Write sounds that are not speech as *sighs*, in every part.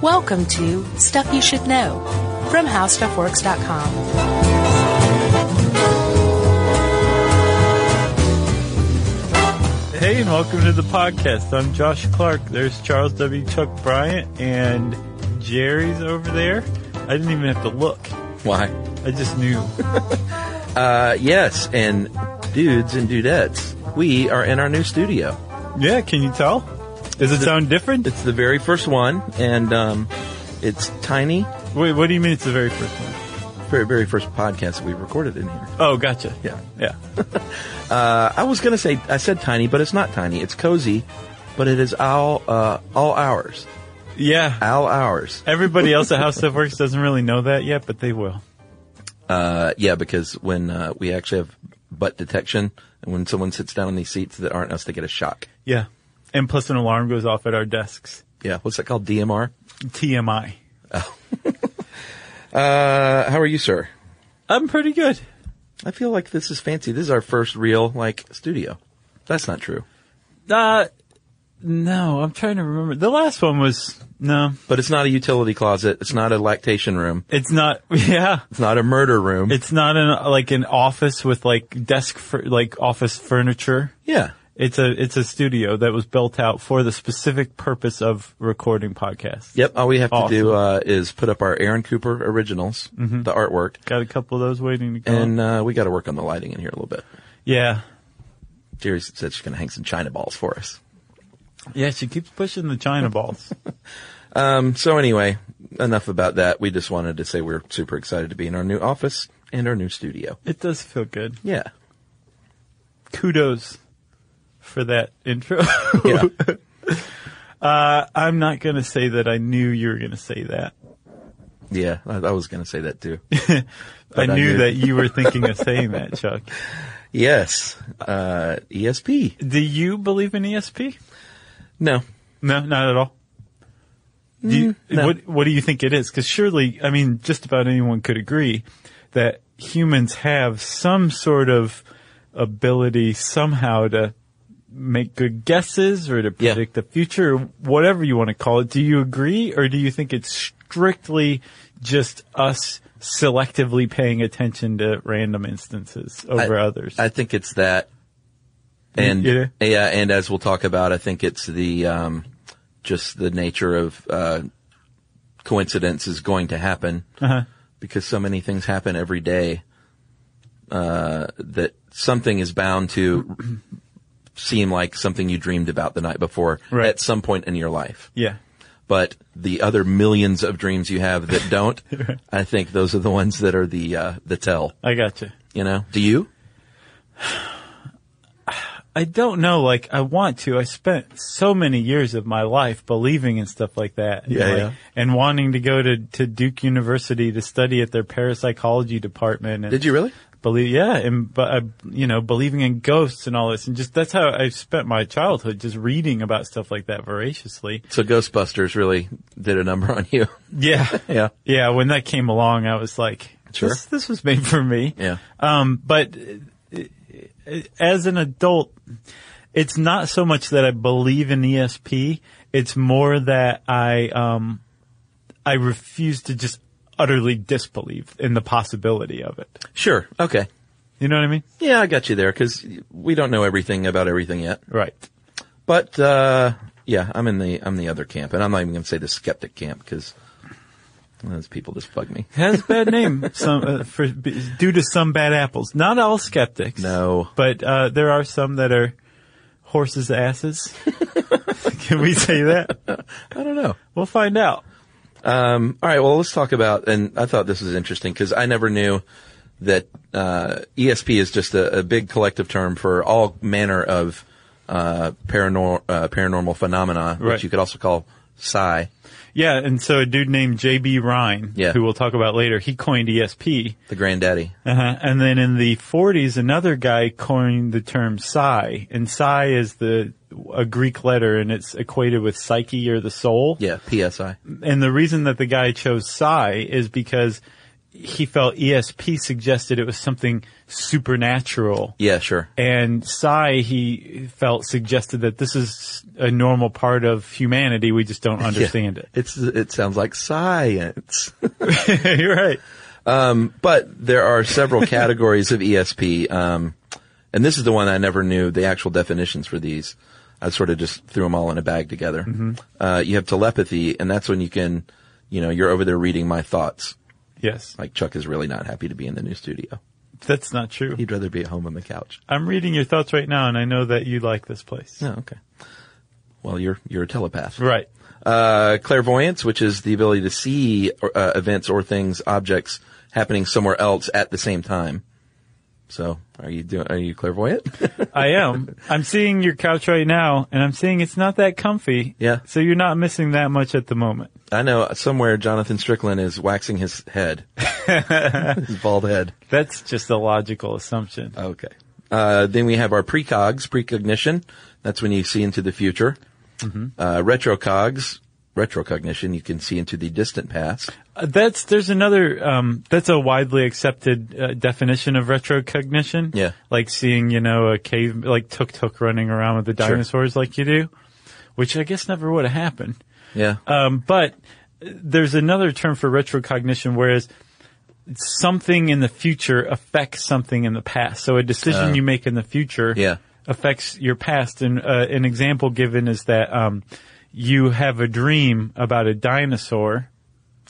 Welcome to Stuff You Should Know from HowStuffWorks.com. Hey, and welcome to the podcast. I'm Josh Clark. There's Charles W. Chuck Bryant, and Jerry's over there. I didn't even have to look. Why? I just *laughs* knew. Uh, yes, and dudes and dudettes, we are in our new studio. Yeah, can you tell? Does it sound different? It's the very first one, and um, it's tiny. Wait, what do you mean it's the very first one? Very, very first podcast that we recorded in here. Oh, gotcha. Yeah. Yeah. Uh, I was gonna say I said tiny, but it's not tiny. It's cozy, but it is all uh, all hours, Yeah. all hours. Everybody else at How Stuff Works doesn't really know that yet, but they will. Uh, yeah, because when uh, we actually have butt detection, and when someone sits down in these seats that aren't us, they get a shock. Yeah. And plus, an alarm goes off at our desks. Yeah, what's that called? DMR. TMI. Uh, how are you, sir? I'm pretty good. I feel like this is fancy. This is our first real like studio. That's not true. Uh, no, I'm trying to remember. The last one was, no, But it's not a utility closet. It's not a lactation room. it's not, *laughs* yeah. It's not a murder room. It's not an like an office with like desk fur like office furniture. yeah. It's a it's a studio that was built out for the specific purpose of recording podcasts. Yep. All we have to Awesome. do uh, is put up our Aaron Cooper originals, the artwork, Got a couple of those waiting to go. and uh, we got to work on the lighting in here a little bit. yeah. Jerry said she's going to hang some china balls for us. Yeah, she keeps pushing the China balls. Um, so anyway, enough about that. We just wanted to say we're super excited to be in our new office and our new studio. it does feel good. Yeah. Kudos for that intro. *laughs* Yeah. uh, I'm not gonna say that I knew you were gonna say that. yeah. I, I was going to say that too. I I knew knew. that you were thinking of saying that, Chuck. yes. Uh, ESP. Do you believe in E ESP? No. No, not at all. Do you, no. What What do you think it is? Because surely, I mean, just about anyone could agree that humans have some sort of ability somehow to make good guesses or to Yeah. predict the future, or whatever you want to call it. Do you agree, or do you think it's strictly just us? Selectively paying attention to random instances over I- others. I think it's that. And You- you yeah. do? and as we'll talk about, I think it's the um, just the nature of uh, coincidence is going to happen Uh-huh. because so many things happen every day uh, that something is bound to seem like something you dreamed about the night before Right. at some point in your life. yeah. But the other millions of dreams you have *laughs* that don't, I think those are the ones that are the uh, the tell. I gotcha. You know? Do you? I don't know. Like I want to. I spent so many years of my life believing in stuff like that. Yeah, and, like, yeah. and wanting to go to, to Duke University to study at their parapsychology department. And Did you really? believe? Yeah, and but I, you know, believing in ghosts and all this, and just that's how I spent my childhood, just reading about stuff like that voraciously. So Ghostbusters really did a number *laughs* on you. *laughs* Yeah, Yeah. yeah. When that came along, I was like, Sure. this, this was made for me. Yeah. Um, but uh, uh, as an adult, it's not so much that I believe in ESP. It's more that I, um, I refuse to just utterly disbelieve in the possibility of it. Sure. Okay. You know what I mean? Yeah, I got you there because we don't know everything about everything yet. Right. But uh, yeah, I'm in the I'm the other camp, and I'm not even going to say the skeptic camp because those people just bug me. Has a bad name some uh, for b- due to some bad apples. Not all skeptics. No. But uh, there are some that are horses' asses. Can we say that? I don't know. We'll find out. All right. Well, let's talk about. And I thought this was interesting because I never knew that uh, ESP is just a, a big collective term for all manner of uh, paranor- uh, paranormal phenomena, Right. which you could also call psi. Yeah, and so a dude named J.B. Ryan, Yeah. who we'll talk about later, he coined ESP. The granddaddy. Uh-huh. And then in the 40s, another guy coined the term psi, and psi is the a Greek letter, and it's equated with psyche or the soul. Yeah, PSI. And the reason that the guy chose psi is because he felt ESP suggested it was something supernatural. Yeah, sure. And Psy, he felt suggested that this is a normal part of humanity. We just don't understand *laughs* Yeah. It's it sounds like science. *laughs* it. *laughs* You're right. but there are several categories of ESP, um, and this is the one I never knew the actual definitions for these. I sort of just threw them all in a bag together. Uh, you have telepathy, and that's when you can, you know, you're over there reading my thoughts. Yes. Like Chuck is really not happy to be in the new studio. That's not true. He'd rather be at home on the couch. I'm reading your thoughts right now, and I know that you like this place. Oh, okay. Well, you're you're a telepath, Right. Uh, clairvoyance, which is the ability to see uh, events or things, objects happening somewhere else at the same time. So, are you doing? Are you clairvoyant? *laughs* I am. I'm seeing your couch right now, and I'm seeing it's not that comfy. Yeah. So you're not missing that much at the moment. I know somewhere Jonathan Strickland is waxing his head, his bald head. That's just a logical assumption. Okay. Uh, then we have our precogs, precognition. That's when you see into the future. Uh, retrocogs, retrocognition. You can see into the distant past. Uh, That's there's another um, that's a widely accepted uh, definition of retrocognition. Yeah. like seeing you know a cave like tuk tuk running around with the Sure. dinosaurs like you do, which I guess never would have happened. Yeah. Um, but there's another term for retrocognition, whereas something in the future affects something in the past. So a decision Oh. you make in the future Yeah. affects your past. And uh, an example given is that um, you have a dream about a dinosaur.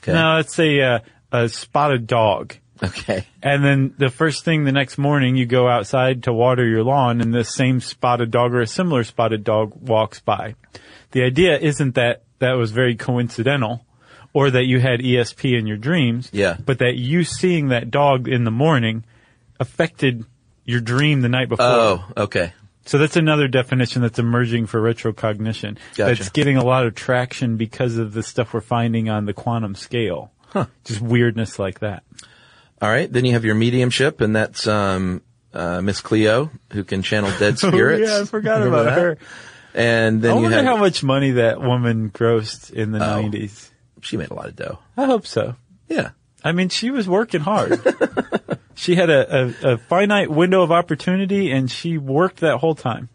Okay. Now let's say uh, a spotted dog. Okay. And then the first thing the next morning, you go outside to water your lawn and the same spotted dog or a similar spotted dog walks by. The idea isn't that that was very coincidental or that you had ESP in your dreams, Yeah. but that you seeing that dog in the morning affected your dream the night before. Oh, okay. So that's another definition that's emerging for retrocognition. Gotcha. That's getting a lot of traction because of the stuff we're finding on the quantum scale. Huh. Just weirdness like that. All right. Then you have your mediumship, and that's um, uh, Miss Cleo, who can channel dead spirits. *laughs* Oh, yeah, I forgot Remember about that? her. And I then you wonder have how much money that woman grossed in the Oh. 90s. she made a lot of dough. I hope so. Yeah. I mean, she was working hard. *laughs* she had a, a, a finite window of opportunity and she worked that whole time.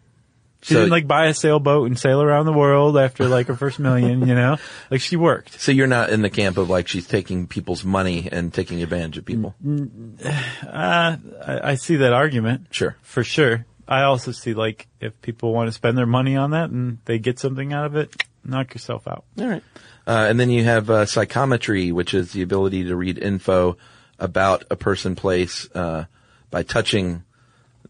She So- didn't like buy a sailboat and sail around the world after like her first million, you *laughs* know? Like she worked. So you're not in the camp of like she's taking people's money and taking advantage of people. Mm-hmm. Uh, I, I see that argument. Sure. For sure. I also see like if people want to spend their money on that and they get something out of it, knock yourself out. All right. Uh, and then you have uh, psychometry, which is the ability to read info about a person, place uh, by touching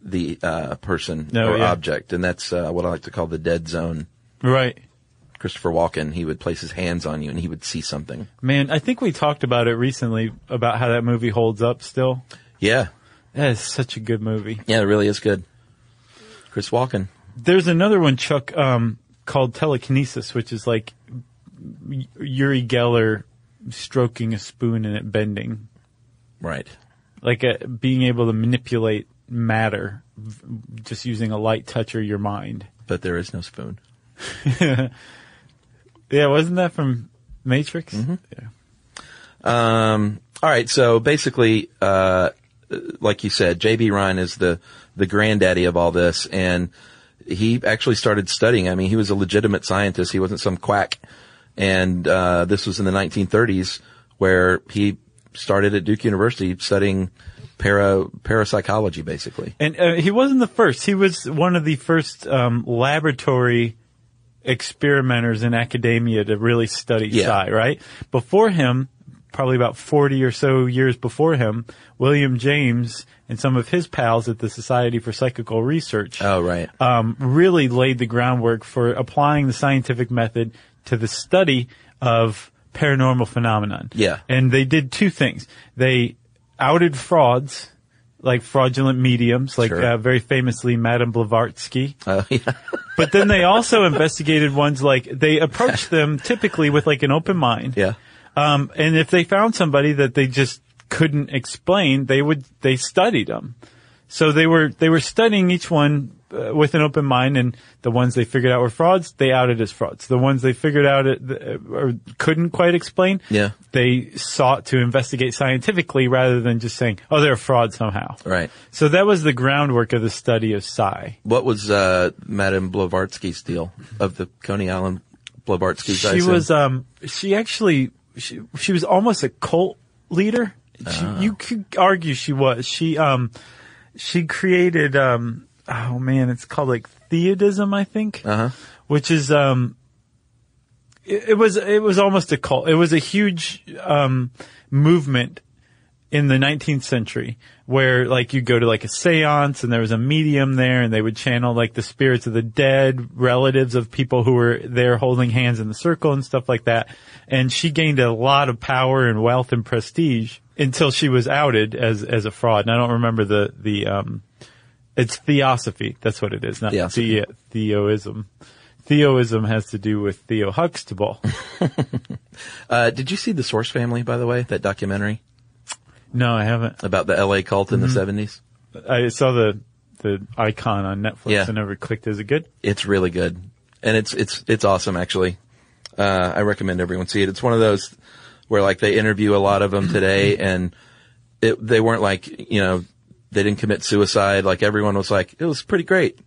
the uh, person Oh, or yeah. object, and that's uh, what I like to call the dead zone. Right. Christopher Walken, he would place his hands on you and he would see something. Man, I think we talked about it recently about how that movie holds up still. Yeah. That is such a good movie. Yeah, it really is good. Chris Walken. There's another one, Chuck, um, called Telekinesis, which is like Y- Uri Geller stroking a spoon and it bending. Right. Like uh being able to manipulate matter v- just using a light touch or your mind. But there is no spoon. Yeah, wasn't that from Matrix? Yeah. Um, all right. So basically, uh, like you said, JB Ryan is the, the granddaddy of all this. And he actually started studying. I mean, he was a legitimate scientist. He wasn't some quack. And, uh, this was in the 1930s where he started at Duke University studying para, parapsychology, basically. And uh, he wasn't the first. He was one of the first um, laboratory experimenters in academia to really study Yeah. psi, right? Before him, probably about 40 or so years before him, William James and some of his pals at the Society for Psychical Research Oh, right. um, really laid the groundwork for applying the scientific method to the study of paranormal phenomenon. Yeah. And they did two things. They outed frauds, like fraudulent mediums, like Sure. uh, very famously Madame Blavatsky. Oh, yeah. But then they *laughs* also investigated ones like they approached them typically with like an open mind. *laughs* Yeah. Um, and if they found somebody that they just couldn't explain, they would they studied them. So they were they were studying each one uh, with an open mind, and the ones they figured out were frauds, they outed as frauds. The ones they figured out it, th- uh, or couldn't quite explain, Yeah. they sought to investigate scientifically rather than just saying, "Oh, they're a fraud somehow." Right. So that was the groundwork of the study of psi. What was uh, Madame Blavatsky's deal of the Coney Island Blavatsky's? I she assume? was um she actually she, she was almost a cult leader she, you could argue she was she um she created um oh man it's called like theodism i think Uh-huh. which is um it, it was it was almost a cult it was a huge um movement in the 19th century where like you go to like a seance and there was a medium there and they would channel like the spirits of the dead relatives of people who were there holding hands in the circle and stuff like that. And she gained a lot of power and wealth and prestige until she was outed as, as a fraud. And I don't remember the, the, um, it's theosophy. That's what it is. Not Theosophy. the, uh, theoism. Theoism has to do with Theo Huxtable. Uh, did you see the Source Family, by the way? That documentary no, I haven't. about the L.A. cult in the Mm-hmm. seventies. I saw the, the icon on Netflix. Yeah. I never clicked. Is it good? *laughs* It's really good, and it's it's it's awesome actually. Uh, I recommend everyone see it. It's one of those where like they interview a lot of them *clears throat* today, and it, they weren't like you know they didn't commit suicide. Like everyone was like it was pretty great.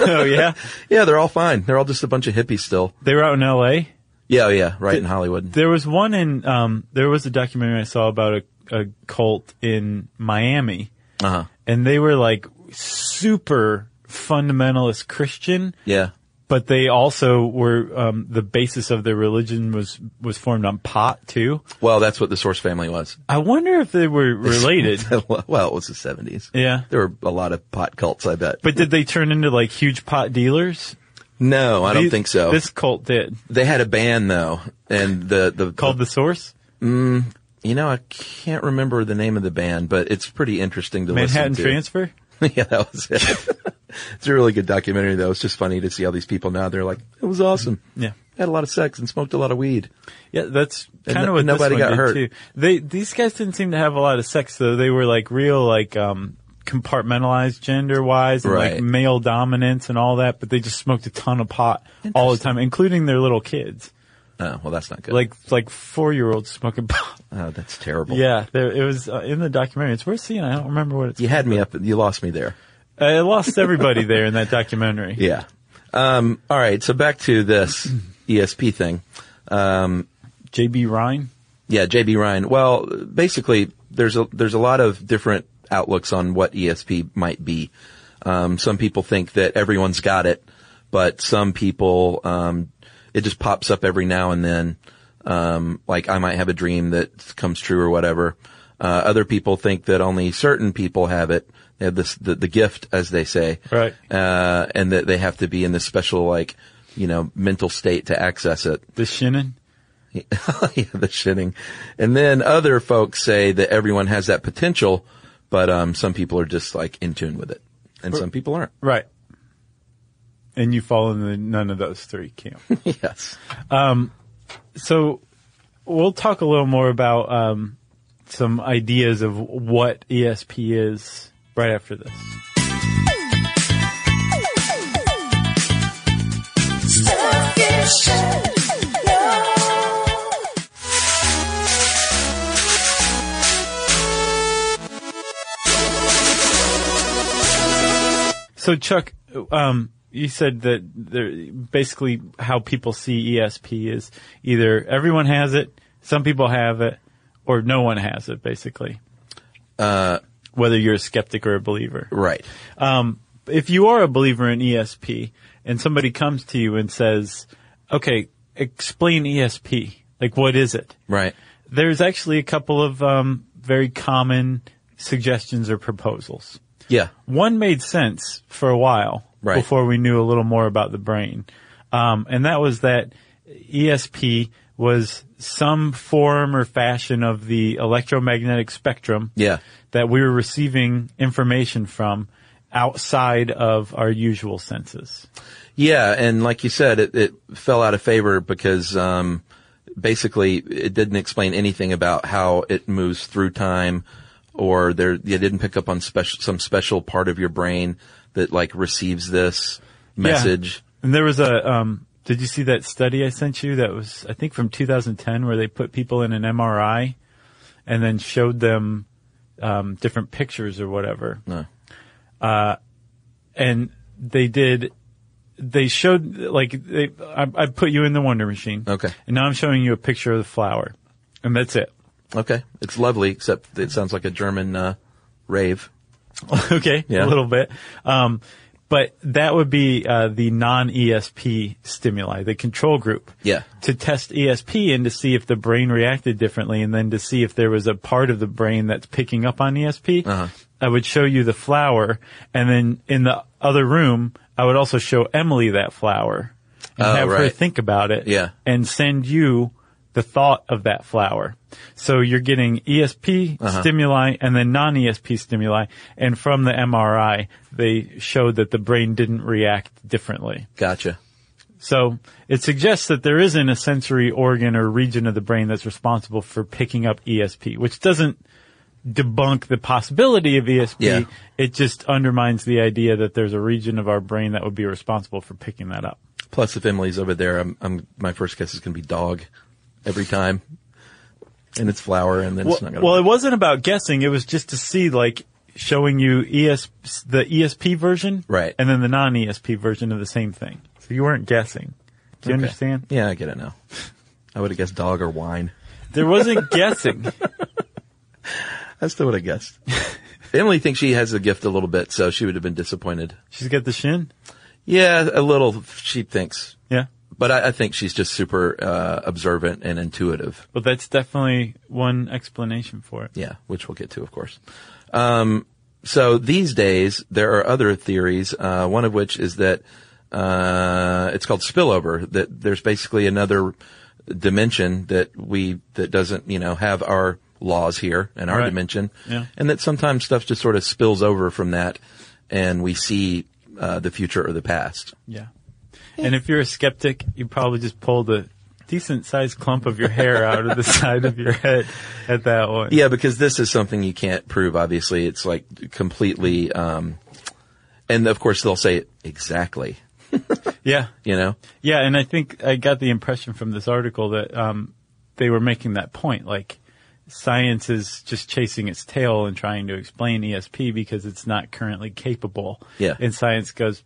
oh yeah, Yeah, they're all fine. They're all just a bunch of hippies still. they were out in L.A. Yeah, oh, yeah, right in Hollywood. There was one in um, there was a documentary I saw about a, a cult in Miami, Uh huh. and they were like super fundamentalist Christian, Yeah. but they also were um, the basis of their religion was was formed on pot too. Well, that's what the Source Family was. I wonder if they *laughs* were related. well, it was the seventies. Yeah. There were a lot of pot cults. I bet. But did they turn into like huge pot dealers? no, I don't These- think so. This cult did. They had a band though, and the the Called The Source? You know, I can't remember the name of the band, but it's pretty interesting to Manhattan listen to. Transfer? *laughs* yeah, that was it. *laughs* it's a really good documentary though. It's just funny to see all these people now. They're like, it was awesome. Yeah. Had a lot of sex and smoked a lot of weed. Yeah, that's And kind no- of what nobody this one got did hurt. too. They these guys didn't seem to have a lot of sex though. They were like real like um compartmentalized gender wise and like Right. male dominance and all that, but they just smoked a ton of pot all the time, including their little kids. Oh, well, that's not good. Like like 4-year-olds smoking *laughs* pot. oh, that's terrible. Yeah, there it was uh, in the documentary. It's worth seeing. I don't remember what it's You had me up. You lost me there. I lost everybody there in that documentary. Yeah. Um, all right. So back to this ESP thing. JB Ryan. Yeah, JB Ryan. Well, basically, there's a there's a lot of different outlooks on what ESP might be. Um, some people think that everyone's got it, but some people um, it just pops up every now and then. Um, like I might have a dream that comes true or whatever. Uh, other people think that only certain people have it. They have this the, the gift, as they say, Right. Uh, and that they have to be in this special like you know mental state to access it. The Shinnon. *laughs* yeah, the shitting. And then other folks say that everyone has that potential, but um, some people are just like in tune with it, and some people aren't. Right. And you fall into none of those three camp. yes. so we'll talk a little more about um, some ideas of what ESP is right after this. So Chuck, um, you said that there, basically how people see ESP is either everyone has it, some people have it, or no one has it. Basically, uh, whether you're a skeptic or a believer, Right. um, if you are a believer in ESP and somebody comes to you and says, okay, explain ESP. Like, what is it? Right. There's actually a couple of um, very common suggestions or proposals. Yeah. One made sense for a while Right. before we knew a little more about the brain. Um, and that was that ESP was some form or fashion of the electromagnetic spectrum Yeah. that we were receiving information from outside of our usual senses. Yeah. And like you said, it, it fell out of favor because um, basically it didn't explain anything about how it moves through time, or there you didn't pick up on special some special part of your brain that like receives this message. And there was a, um, did you see that study I sent you? That was, I think, from 2010, where they put people in an MRI and then showed them um, different pictures or whatever. No. And they did, they showed, like, they, I, I put you in the Wonder Machine. Okay. And now I'm showing you a picture of the flower. And that's it. Okay. It's lovely, except it sounds like a German uh, rave. *laughs* okay, Yeah. a little bit. Um, but that would be uh, the non-ESP stimuli, the control group. Yeah. To test ESP and to see if the brain reacted differently, and then to see if there was a part of the brain that's picking up on ESP. Uh-huh. I would show you the flower, and then in the other room, I would also show Emily that flower and Oh, have her right. think about it. Yeah. And send you the thought of that flower. So you're getting ESP Uh-huh. stimuli and then non-ESP stimuli. And from the MRI, they showed that the brain didn't react differently. Gotcha. So it suggests that there isn't a sensory organ or region of the brain that's responsible for picking up ESP, which doesn't debunk the possibility of ESP. Yeah. It just undermines the idea that there's a region of our brain that would be responsible for picking that up. Plus, if Emily's over there, I'm, I'm my first guess is going to be dog every time, and it's flower, and then Well, it's not going well, to. it wasn't about guessing. It was just to see, like, showing you ES, the ESP version, Right. and then the non-ESP version of the same thing. So you weren't guessing. Do you understand? Yeah, I get it now. I would have guessed dog or wine. There wasn't *laughs* guessing. I still would *laughs* have guessed. Emily thinks she has the gift a little bit, so she would have been disappointed. She's got the shin. Yeah, a little. She thinks, Yeah. but I, I think she's just super uh, observant and intuitive. Well, that's definitely one explanation for it. Yeah, which we'll get to, of course. Um, so these days there are other theories. Uh, one of which is that uh, it's called spillover. That there's basically another dimension that we that doesn't you know have our laws here and our Right. dimension, Yeah. and that sometimes stuff just sort of spills over from that, and we see uh, the future or the past. Yeah. And if you're a skeptic, you probably just pulled a decent sized clump of your hair out of the *laughs* side of your head at that one. Yeah, because this is something you can't prove. Obviously, it's like completely, um, and of course they'll say exactly. Yeah. You know, Yeah, and I think I got the impression from this article that um, they were making that point. Like, science is just chasing its tail and trying to explain ESP because it's not currently capable. Yeah. And science goes,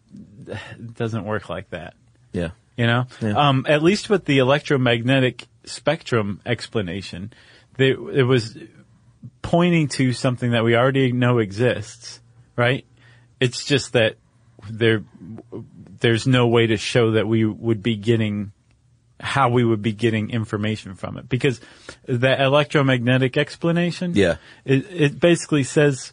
"It doesn't work like that. yeah. You know, Yeah. um, at least with the electromagnetic spectrum explanation, they, it was pointing to something that we already know exists, right? It's just that there, there's no way to show that we would be getting how we would be getting information from it because that electromagnetic explanation, Yeah. it, it basically says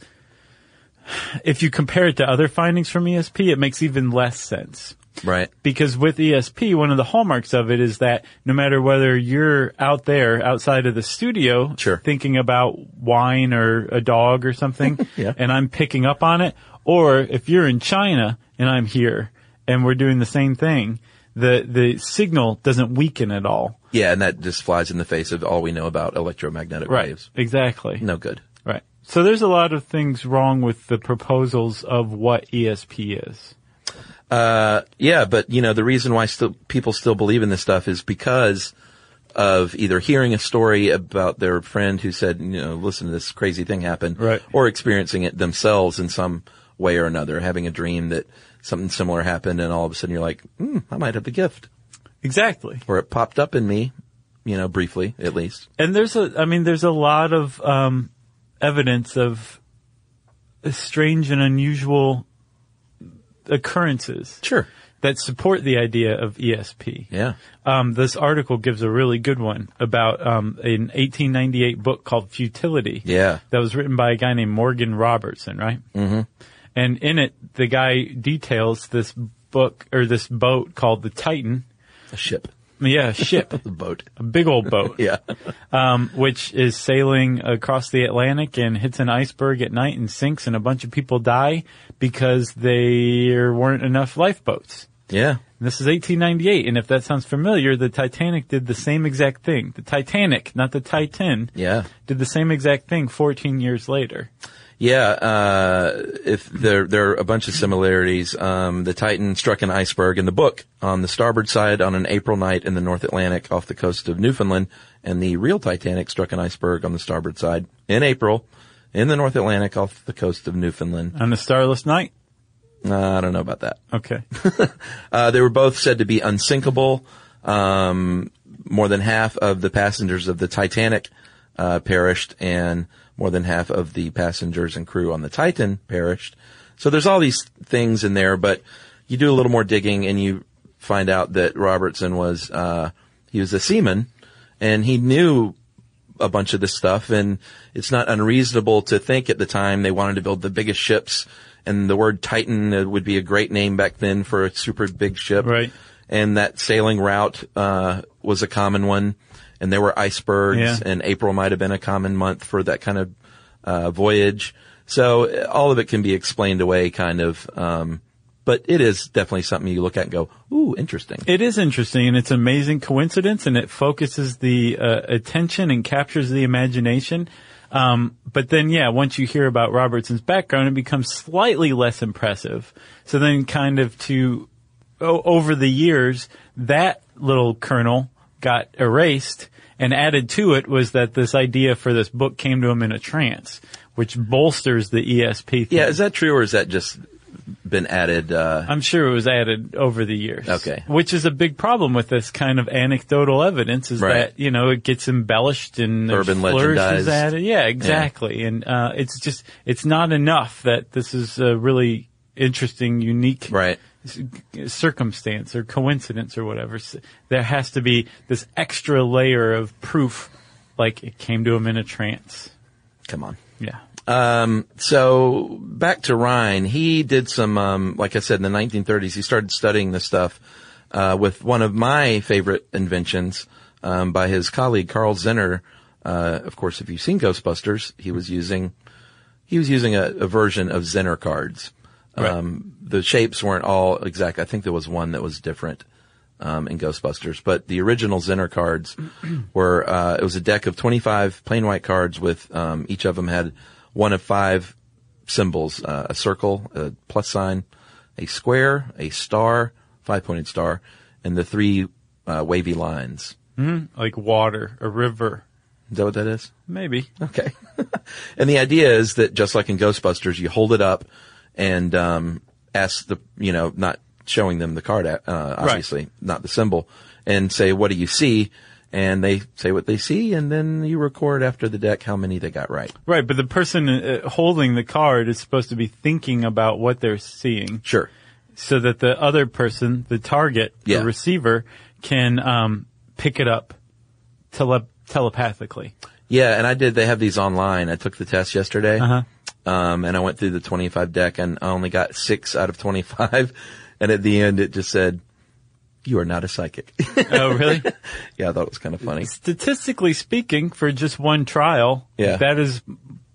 if you compare it to other findings from ESP, it makes even less sense Right. because with ESP, one of the hallmarks of it is that no matter whether you're out there outside of the studio Sure. thinking about wine or a dog or something, *laughs* Yeah. and I'm picking up on it, or if you're in China and I'm here and we're doing the same thing, the, the signal doesn't weaken at all. Yeah, and that just flies in the face of all we know about electromagnetic waves. Exactly. No good. Right. So there's a lot of things wrong with the proposals of what ESP is. Uh, yeah, but you know, the reason why still people still believe in this stuff is because of either hearing a story about their friend who said, you know, listen to this crazy thing happened, Right. or experiencing it themselves in some way or another, having a dream that something similar happened, and all of a sudden you're like, hmm, I might have the gift, Exactly. or it popped up in me, you know, briefly at least. and there's a i mean there's a lot of um evidence of strange and unusual occurrences Sure. that support the idea of ESP. Yeah. Um, this article gives a really good one about um, an 1898 book called Futility. Yeah. That was written by a guy named Morgan Robertson, right? Mm-hmm. And in it, the guy details this book or this boat called the Titan. A ship, *laughs* Yeah, a ship, a boat. a big old boat Yeah. um, which is sailing across the Atlantic and hits an iceberg at night and sinks, and a bunch of people die because there weren't enough lifeboats. Yeah. And this is 1898, and if that sounds familiar, the Titanic did the same exact thing. The Titanic, not the Titan, Yeah. did the same exact thing 14 years later. Yeah, uh, if there there are a bunch of similarities. Um, the Titan struck an iceberg in the book on the starboard side on an April night in the North Atlantic off the coast of Newfoundland, and the real Titanic struck an iceberg on the starboard side in April in the North Atlantic off the coast of Newfoundland. On a starless night? Uh, I don't know about that. Okay. Uh, they were both said to be unsinkable. Um, more than half of the passengers of the Titanic uh, perished, and more than half of the passengers and crew on the Titan perished. So there's all these things in there, but you do a little more digging and you find out that Robertson was uh, he was a seaman, and he knew a bunch of this stuff, and it's not unreasonable to think at the time they wanted to build the biggest ships, and the word Titan uh, would be a great name back then for a super big ship. Right. And that sailing route uh, was a common one, and there were icebergs, Yeah. and April might have been a common month for that kind of uh, voyage. So uh, all of it can be explained away, kind of. Um, but it is definitely something you look at and go, "Ooh, interesting." It is interesting and it's amazing coincidence and it focuses the uh, attention and captures the imagination. Um, but then, yeah, once you hear about Robertson's background, it becomes slightly less impressive. So then kind of to, o- over the years, that little kernel got erased and added to it was that this idea for this book came to him in a trance, which bolsters the E ESP thing. yeah, is that true, or is that just been added? Uh, I'm sure it was added over the years. Okay. Which is a big problem with this kind of anecdotal evidence is Right. that, you know, it gets embellished and there's Urban flourishes legendized. at it. Yeah, exactly. And, uh, it's just, it's not enough that this is a really interesting, unique Right. c- circumstance or coincidence or whatever. S- There has to be this extra layer of proof, like it came to him in a trance. Come on. Yeah. so back to Rhine, he did some, um, like I said, in the 1930s, he started studying this stuff uh, with one of my favorite inventions um, by his colleague Carl Zinner. Uh, of course, if you've seen Ghostbusters, he was using he was using a, a version of Zinner cards. Um, the shapes weren't all exact. I think there was one that was different um, in Ghostbusters, but the original Zinner cards *clears throat* were uh, it was a deck of 25 plain white cards with um, each of them had one of five symbols: uh, a circle, a plus sign, a square, a star, five-pointed star, and the three uh, wavy lines. Like water, a river, Is that what that is? maybe. Okay. *laughs* and the idea is that just like in Ghostbusters, you hold it up and um, ask the, you know, not showing them the card, uh, obviously, not the symbol, and say, what do you see? And they say what they see, and then you record after the deck how many they got right. Right, but the person uh, holding the card is supposed to be thinking about what they're seeing, Sure. so that the other person, the target, Yeah. the receiver, can um, pick it up tele- *laughs* telepathically. Yeah, and I did. They have these online. I took the test yesterday, Uh-huh. um, and I went through the 25 deck, and I only got six out of 25. *laughs* And at the end, it just said, "You are not a psychic." *laughs* Oh, really? yeah, I thought it was kind of funny. Statistically speaking, for just one trial, Yeah. that is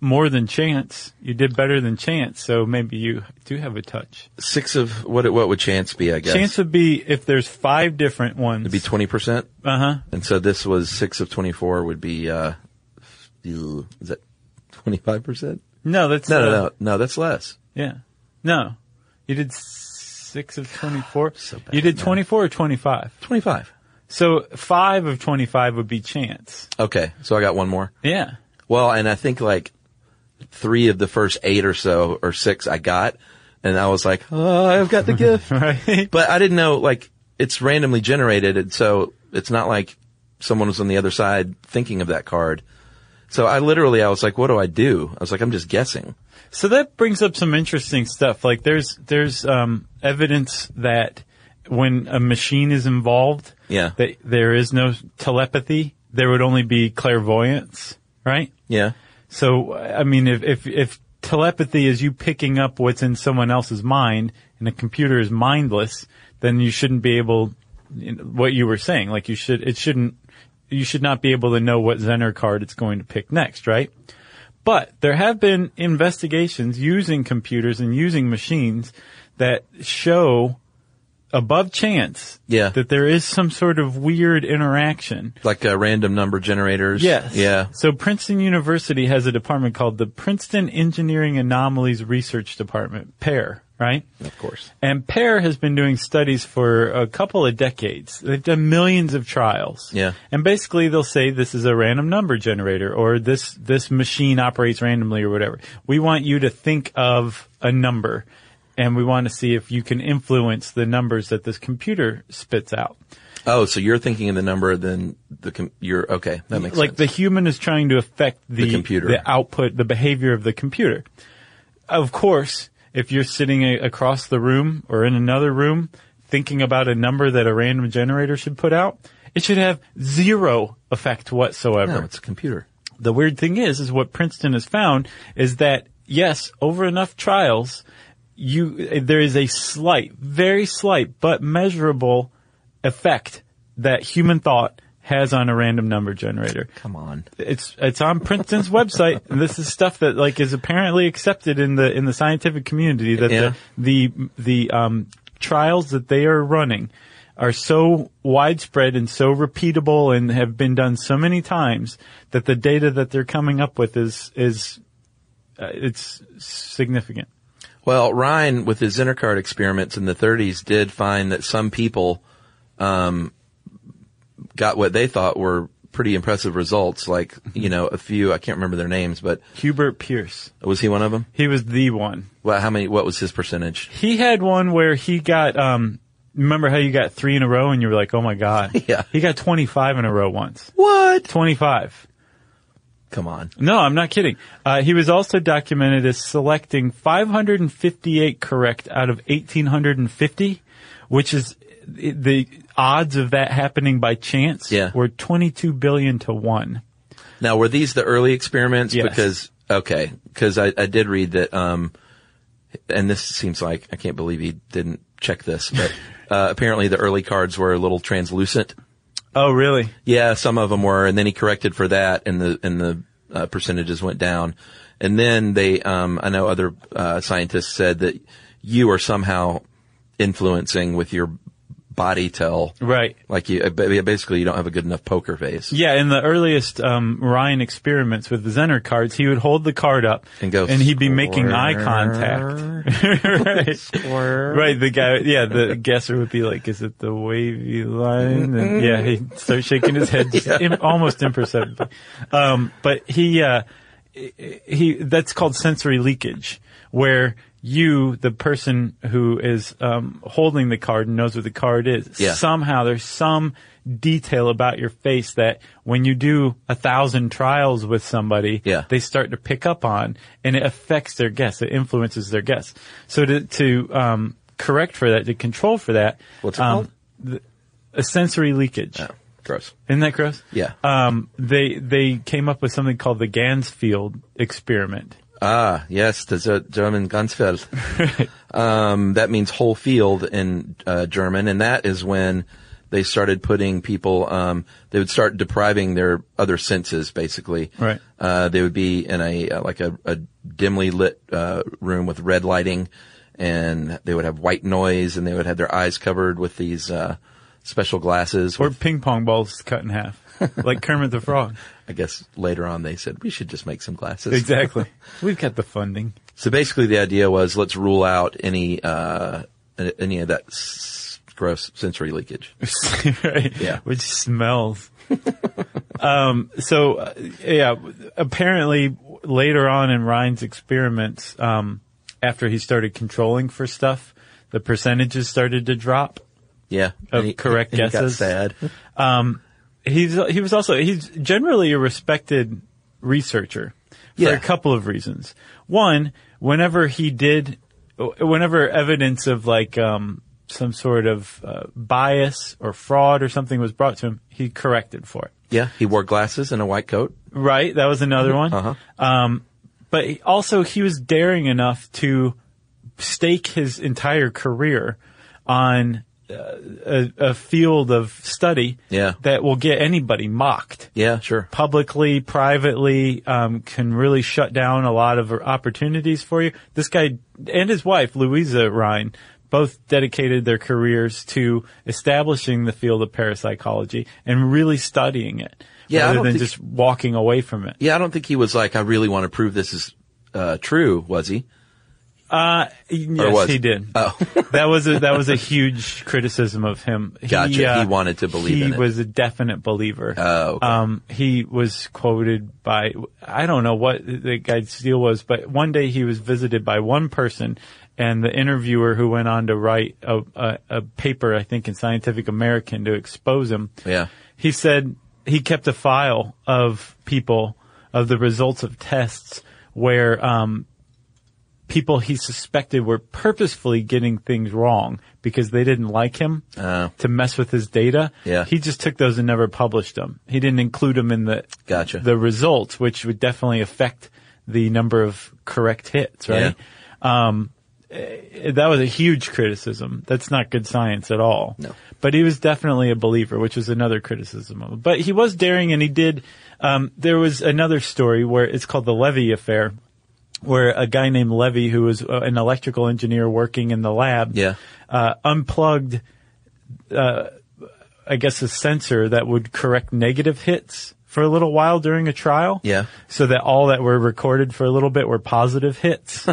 more than chance. You did better than chance, so maybe you do have a touch. Six of what? What would chance be? I guess Chance would be if there's five different ones. would be twenty percent, uh huh. and so this was six of twenty-four would be. Uh, ew, is that twenty-five percent? No, that's No, no, uh, no, no. That's less. Yeah. No. You did six *sighs* of 24. So bad you did at math. 24 or 25. Twenty-five. So five of 25 would be chance. Okay, so I got one more. Yeah. Well, and I think like three of the first eight or so or six I got, and I was like, oh, I've got the *laughs* gift. Right. But I didn't know like it's randomly generated, and so it's not like someone was on the other side thinking of that card. So I literally I was like, what do I do? I was like, I'm just guessing. So that brings up some interesting stuff. Like there's, there's, um, evidence that when a machine is involved, Yeah. that there is no telepathy. There would only be clairvoyance, right? Yeah. So, I mean, if, if, if telepathy is you picking up what's in someone else's mind and the computer is mindless, then you shouldn't be able, you know, what you were saying, like you should, it shouldn't, you should not be able to know what Zener card it's going to pick next, right? But there have been investigations using computers and using machines that show above chance Yeah. that there is some sort of weird interaction. like uh, random number generators. Yes. Yeah. So Princeton University has a department called the Princeton Engineering Anomalies Research Department, PAIR, right? Of course. And PAIR has been doing studies for a couple of decades. They've done millions of trials. Yeah. And basically they'll say this is a random number generator or this, this machine operates randomly or whatever. We want you to think of a number and we want to see if you can influence the numbers that this computer spits out. Oh, so you're thinking of the number, then the com- you're okay. That makes like sense. the human is trying to affect the, The computer. the output, the behavior of the computer. Of course, if you're sitting a- across the room or in another room thinking about a number that a random generator should put out, it should have zero effect whatsoever. no, it's a computer. the weird thing is, is what Princeton has found is that yes, over enough trials, you there is a slight, very slight, but measurable effect that human thought has on a random number generator Come on. it's it's on Princeton's website. *laughs* And this is stuff that like is apparently accepted in the in the scientific community that Yeah. the the the um, trials that they are running are so widespread and so repeatable and have been done so many times that the data that they're coming up with is is uh, it's significant. Well, Ryan, with his intercard experiments in the 30s, did find that some people um, got what they thought were pretty impressive results. Like, you know, a few, I can't remember their names, but Hubert Pierce, was he one of them? he was the one. Well, how many, what was his percentage? He had one where he got um remember how you got 3 in a row and you were like, "Oh my god." *laughs* Yeah. He got 25 in a row once. What? 25. Come on. No, I'm not kidding. Uh, he was also documented as selecting 558 correct out of 1850, which is the odds of that happening by chance Yeah. were 22 billion to one. Now, were these the early experiments? Yes. Because, okay, because I, I did read that, um, and this seems like, I can't believe he didn't check this, but, uh, apparently the early cards were a little translucent. Oh, really? Yeah, some of them were, and then he corrected for that, and the and the uh, percentages went down. And then they, um, I know other uh, scientists said that you are somehow influencing with your body tell, Right. like you ba- basically you don't have a good enough poker face. Yeah, in the earliest um, Ryan experiments with the Zener cards, he would hold the card up And go he'd be making eye squirrel. *laughs* contact. right. Right, the guy, yeah, the guesser would be like, "Is it the wavy line?" And yeah, he would start shaking his *laughs* head, just im- almost imperceptibly. Um, but he, uh, he, that's called sensory leakage, where you, the person who is um, holding the card and knows what the card is, Yeah. somehow there's some detail about your face that when you do a thousand trials with somebody, Yeah. they start to pick up on, and it affects their guess. It influences their guess. So to to um, correct for that, to control for that, What's it um, called? th- a sensory leakage. Oh, gross. Isn't that gross? Yeah. Um, they they came up with something called the Gansfield experiment. Ah, yes, the Zer- *laughs* German Gansfeld. um, that means whole field in uh, German, and that is when they started putting people. Um, they would start depriving their other senses, basically. Right. Uh, they would be in a uh, like a, a dimly lit uh, room with red lighting, and they would have white noise, and they would have their eyes covered with these uh, special glasses. Or with- ping pong balls cut in half, like Kermit the Frog. I guess later on they said we should just make some glasses. Exactly. *laughs* We've got the funding. So basically, the idea was let's rule out any uh, any of that s- gross sensory leakage. right? Yeah. Which smells. um, so, uh, yeah, apparently later on in Ryan's experiments, um, after he started controlling for stuff, the percentages started to drop. Yeah, Of And he- correct and he guesses. Got sad. He's, he was also, he's generally a respected researcher for Yeah. a couple of reasons. One, whenever he did, whenever evidence of like, um, some sort of uh, bias or fraud or something was brought to him, he corrected for it. Yeah, he wore glasses and a white coat. Right, that was another one. Uh-huh. Um, but he- also he was daring enough to stake his entire career on uh, a, a field of study Yeah. that will get anybody mocked Yeah, sure. publicly, privately, um, can really shut down a lot of opportunities for you. This guy and his wife, Louisa Ryan, both dedicated their careers to establishing the field of parapsychology and really studying it Yeah, I rather don't than think- just walking away from it. Yeah, I don't think he was like, I really want to prove this is uh, true, was he? Uh, yes, was? he did. Oh. that was a, that was a huge criticism of him. uh, Gotcha. He wanted to believe He in it. was a definite believer. Oh, okay. Um, he was quoted by I don't know what the guy's deal was, but one day he was visited by one person, and the interviewer who went on to write a, a, a paper, I think, in Scientific American to expose him. Yeah. He said he kept a file of people of the results of tests where um, people he suspected were purposefully getting things wrong because they didn't like him Oh. to mess with his data. Yeah. He just took those and never published them. He didn't include them in the Gotcha. the results, which would definitely affect the number of correct hits, right? Um, eh, that was a huge criticism. That's not good science at all. No. But he was definitely a believer, which was another criticism of him. But he was daring and he did, um, there was another story where it's called the Levy affair, where a guy named Levy, who was uh, an electrical engineer working in the lab, Yeah. uh, unplugged, I guess, a sensor that would correct negative hits for a little while during a trial. Yeah. So that all that were recorded for a little bit were positive hits.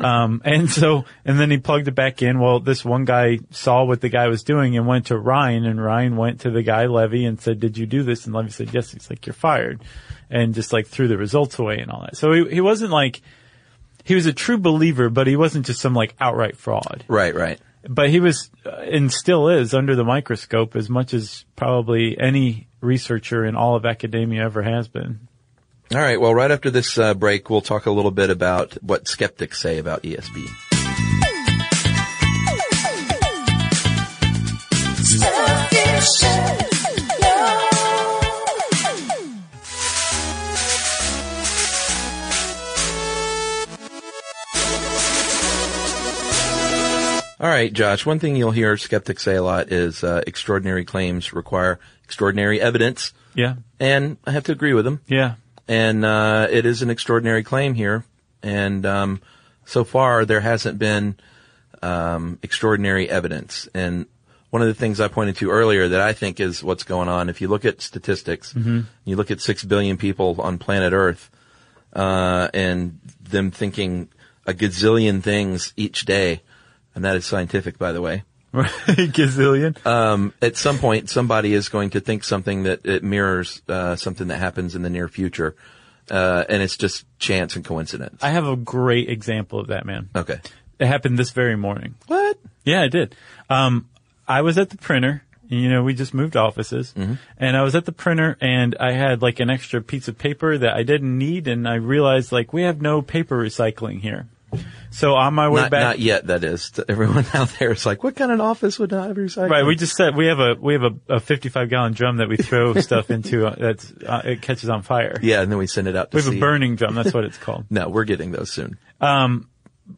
um, and so, and then he plugged it back in. Well, this one guy saw what the guy was doing and went to Ryan and Ryan went to the guy Levy and said, did you do this? And Levy said, yes. He's like, you're fired. And just like threw the results away and all that. So he, he wasn't like, he was a true believer, but he wasn't just some like outright fraud Right, right. but he was uh, and still is under the microscope as much as probably any researcher in all of academia ever has been. All right. Well, right after this uh, break, we'll talk a little bit about what skeptics say about E ESP. All right, Josh. One thing you'll hear skeptics say a lot is uh, extraordinary claims require extraordinary evidence, Yeah. and I have to agree with them. Yeah. *laughs* and uh, it is an extraordinary claim here. And um, so far, there hasn't been um, extraordinary evidence. And one of the things I pointed to earlier that I think is what's going on, if you look at statistics, you look at six billion people on planet Earth, uh, and them thinking a gazillion things each day, and that is scientific, by the way. Gazillion. At some point, somebody is going to think something that it mirrors uh, something that happens in the near future, uh, and it's just chance and coincidence. I have a great example of that, man. okay. It happened this very morning. What? Yeah, I did. Um, I was at the printer. and, You know, we just moved offices, Mm-hmm. and I was at the printer, and I had like an extra piece of paper that I didn't need, and I realized like we have no paper recycling here. So on my way Not, back, not yet. That is to everyone *laughs* out there. It's like, what kind of office would not have recycling? Right, we just said we have a we have a, a 55 gallon drum that we *laughs* throw stuff into uh, that's uh, it catches on fire. yeah, and then we send it out to we have sea. a burning drum. That's what it's *laughs* called. No, we're getting those soon.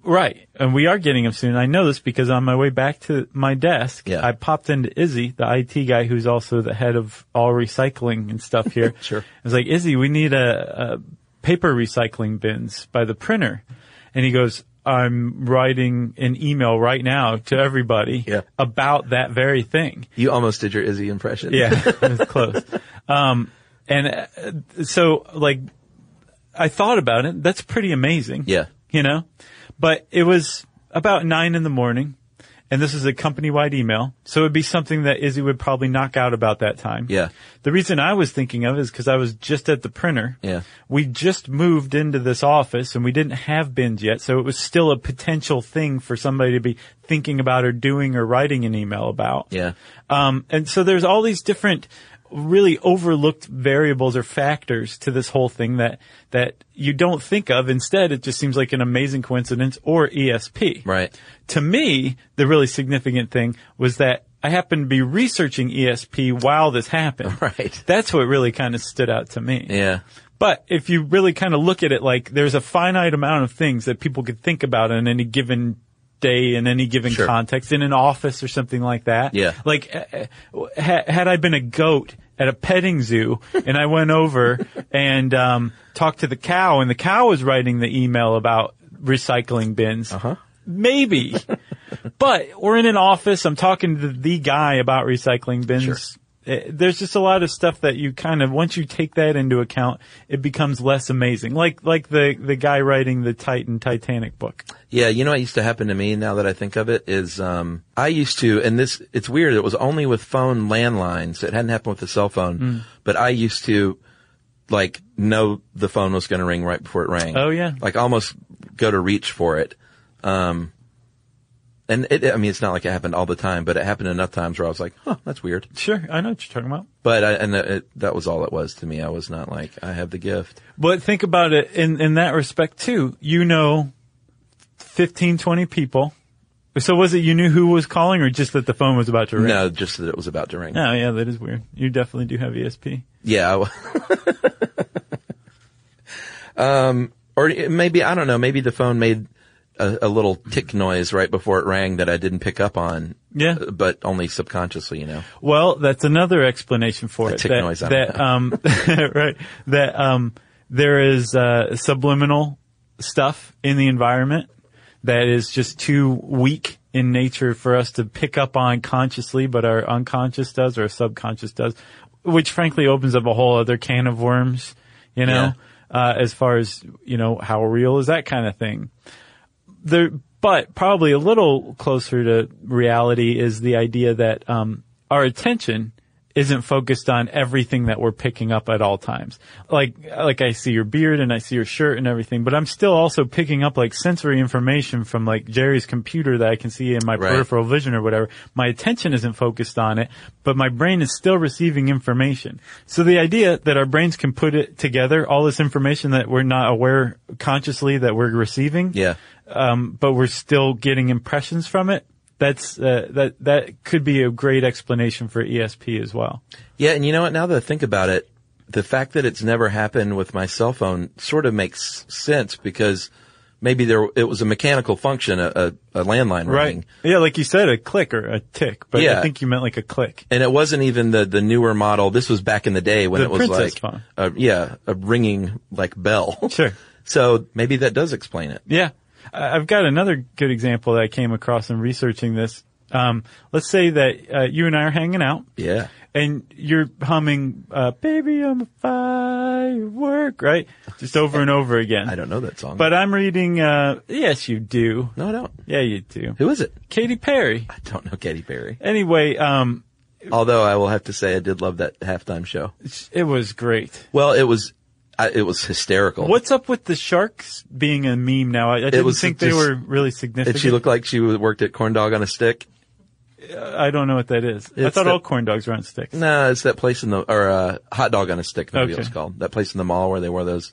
Right, and we are getting them soon. I know this because on my way back to my desk, Yeah. I popped into Izzy, the IT guy who's also the head of all recycling and stuff here. *laughs* Sure. I was like, Izzy, we need a, a paper recycling bins by the printer, and he goes. I'm writing an email right now to everybody Yeah. about that very thing. You almost did your Izzy impression. Yeah, it was close. Um, and uh, so, like, I thought about it. That's pretty amazing. Yeah. You know? But it was about nine in the morning, and this is a company wide email. So it'd be something that Izzy would probably knock out about that time. Yeah. The reason I was thinking of is because I was just at the printer. Yeah. We just moved into this office and we didn't have bins yet, so it was still a potential thing for somebody to be thinking about or doing or writing an email about. *laughs* Yeah. Um, and so there's all these different really overlooked variables or factors to this whole thing that that you don't think of. Instead, it just seems like an amazing coincidence or ESP. Right. *laughs* To me, the really significant thing was that I happened to be researching ESP while this happened. *laughs* Right. That's what really kind of stood out to me. Yeah. But if you really kind of look at it, like there's a finite amount of things that people could think about in any given day, in any given Sure. context, in an office or something like that. Yeah. Like, uh, uh, ha- had I been a goat at a petting *laughs* zoo and I went over and um, talked to the Uh-huh. cow, and the cow was writing the email about recycling bins. Maybe. But we're in an office. I'm talking to the guy about recycling bins. Sure. Eh, There's just a lot of stuff that you kind of once you take that into account, it becomes less amazing. Like like the the guy writing the Titan Titanic book. Yeah, you know what used to happen to me now that I think of it is um I used to and this it's weird, it was only with phone landlines. It hadn't happened with the cell phone. Hmm. But I used to like know the phone was gonna ring right before it rang. Oh, yeah. Like almost go to reach for it. Um and it I mean it's not like it happened all the time, but it happened enough times where I was like, huh, that's weird. Sure, I know what you're talking about. But I, and it, that was all it was to me. I was not like, I have the gift. But think about it in, in that respect too. You know, 15, 20 people. So was it you knew who was calling or just that the phone was about to ring? No, just that it was about to ring. Oh yeah, that is weird. You definitely do have E ESP. Yeah. *laughs* I w- um, or it- maybe, I don't know, maybe the phone made a, a little tick noise right before it rang that I didn't pick up on. Yeah. uh, But only subconsciously, you know. Well, that's another explanation for it. tick that, noise, I don't that um, *laughs* right. That um, there is uh, subliminal stuff in the environment that is just too weak in nature for us to pick up on consciously, but our unconscious does or our subconscious does, which frankly opens up a whole other can of worms. You know, uh, as far as you know, how real is that kind of thing? there, but probably a little closer to reality is the idea that um, our attention isn't focused on everything that we're picking up at all times. Like, like I see your beard and I see your shirt and everything, but I'm still also picking up like sensory information from like Jerry's computer that I can see in my Right. peripheral vision or whatever. My attention isn't focused on it, but my brain is still receiving information. So the idea that our brains can put it together, all this information that we're not aware consciously that we're receiving Yeah. um, but we're still getting impressions from it. That's uh, that that could be a great explanation for ESP as well. Yeah. And you know what? Now that I think about it, the fact that it's never happened with my cell phone sort of makes sense because maybe there, it was a mechanical function, a, a, a landline ringing. Yeah, like you said, a click or a tick, but I Yeah. think you meant like a click. And it wasn't even the, the newer model. This was back in the day when The it was princess like, phone. uh, yeah, a ringing like bell. Sure. So maybe that does explain it. Yeah, I- I've got another good example that I came across in researching this. Um, let's say that uh, you and I are hanging out, Yeah. and you're humming uh, "Baby, I'm a firework," right? Just over and over again. *laughs* I don't know that song. But I'm reading. Uh, yes, you do. no, I don't. Yeah, you do. Who is it? Katy Perry. I don't know Katy Perry. Anyway, um, Although I will have to say I did love that halftime show. It was great. Well, it was, I, it was hysterical. What's up with the sharks being a meme now? I, I didn't was think they just- were really Did significant. she look like she worked at Corn Dog on a Stick? I don't know what that is. I It's thought the- all corn dogs were on sticks. No, it's that place in the, or, uh, Hot Dog on a Stick, maybe it Okay. was called. That place in the mall where they wore those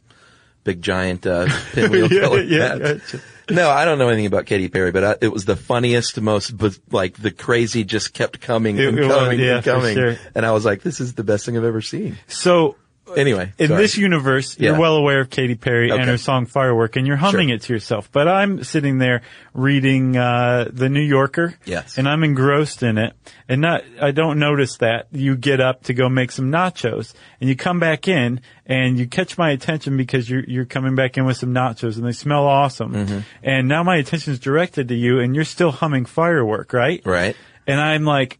big *laughs* giant, uh, pinwheel Yeah, killer yeah, hats. gotcha. No, I don't know anything about Katy Perry, but I, it was the funniest, most bu- like the crazy just kept coming It- and it was, coming yeah, and for coming, sure. and I was like, "This is the best thing I've ever seen." So Anyway, in sorry. this universe, you're Yeah. well aware of Katy Perry and Okay. her song Firework and you're humming Sure. it to yourself. But I'm sitting there reading, uh, The New Yorker. Yes. And I'm engrossed in it. And not, I don't notice that you get up to go make some nachos and you come back in and you catch my attention because you're, you're coming back in with some nachos and they smell awesome. Mm-hmm. And now my attention is directed to you and you're still humming Firework, right? right? And I'm like,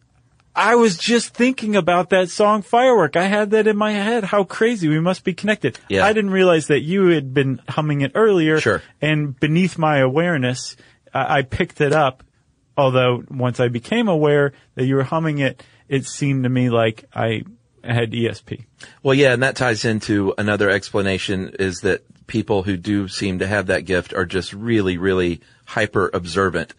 I was just thinking about that song Firework. I had that in my head. How crazy. We must be connected. Yeah. I didn't realize that you had been humming it earlier. Sure. And beneath my awareness, I, I picked it up. Although once I became aware that you were humming it, it seemed to me like I had E ESP. Well, yeah, and that ties into another explanation is that people who do seem to have that gift are just really, really hyper observant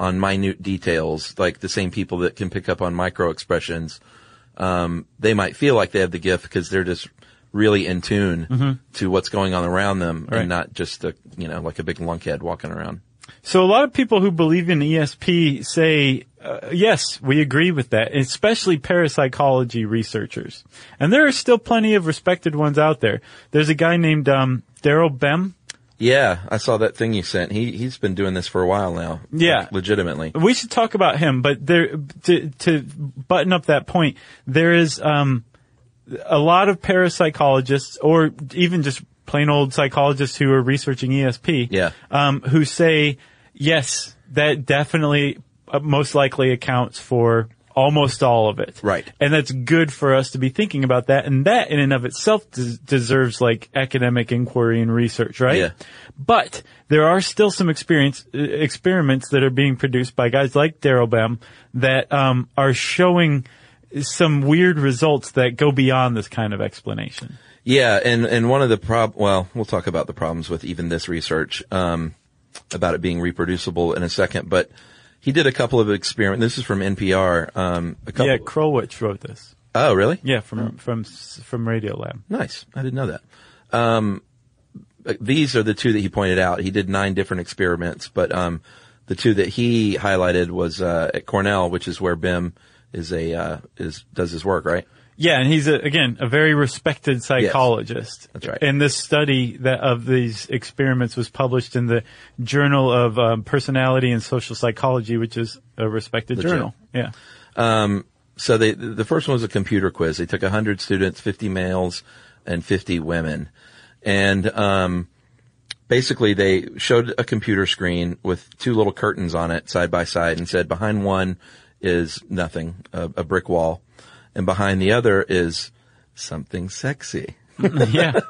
on minute details, like the same people that can pick up on micro expressions. Um, they might feel like they have the gift because they're just really in tune to what's going on around them Mm-hmm. Right. and not just a, you know, like a big lunkhead walking around. So a lot of people who believe in ESP say, uh, yes, we agree with that, especially parapsychology researchers. And there are still plenty of respected ones out there. There's a guy named um, Daryl Bem. Yeah, I saw that thing you sent. He, he's been doing this for a while now. Yeah. like, legitimately. We should talk about him, but there to, to button up that point, there is um, a lot of parapsychologists, or even just E plain old psychologists who are researching ESP, Yeah. um, who say, yes, that definitely uh, most likely accounts for almost all of it. Right. And that's good for us to be thinking about that. And that in and of itself des- deserves like academic inquiry and research, right? Yeah. But there are still some experience, uh, experiments that are being produced by guys like Daryl Bem that, um, are showing some weird results that go beyond this kind of explanation. Yeah, and and one of the prob well, we'll talk about the problems with even this research um, about it being reproducible in a second, but he did a couple of experiments. This is from NPR. Um, a couple. Yeah. Krolwich wrote this. oh, really? Yeah. From, from, s- from Radio Lab. Nice. I didn't know that. Um, these are the two that he pointed out. He did nine different experiments, but um, the two that he highlighted was uh, at Cornell, which is where BIM is a uh, is does his work, right? Yeah, and he's a, again a very respected psychologist. That's right. And this study that of these experiments was published in the Journal of um, Personality and Social Psychology, which is a respected Legit. journal. *laughs* Yeah. so they the first one was a computer quiz. They took 100 students, 50 males and 50 women. And um basically they showed a computer screen with two little curtains on it side by side and said behind one is nothing, a, a brick wall, and behind the other is something sexy. yeah.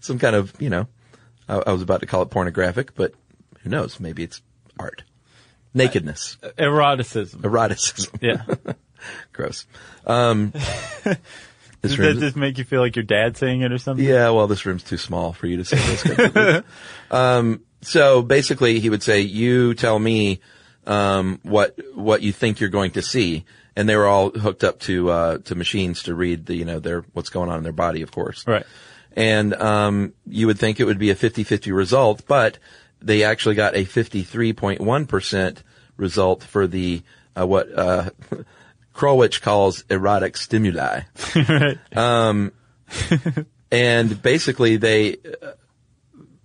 Some kind of, you know, I, I was about to call it pornographic, but who knows, maybe it's art. Nakedness, Uh, Eroticism. eroticism. *laughs* Yeah. Gross. Um, this Does that room's- just make you feel like your dad saying it or something? yeah, well, this room's too small for you to say this. kind of thing. um, *laughs* so basically, he would say, "You tell me um, what what you think you're going to see," and they were all hooked up to uh, to machines to read the you know their what's going on in their body, of course. Right. And um, you would think it would be a 50-50 result, but they actually got a 53.1% result for the uh, what uh, *laughs* Krolwich calls erotic stimuli. *laughs* Um, right. and basically they uh,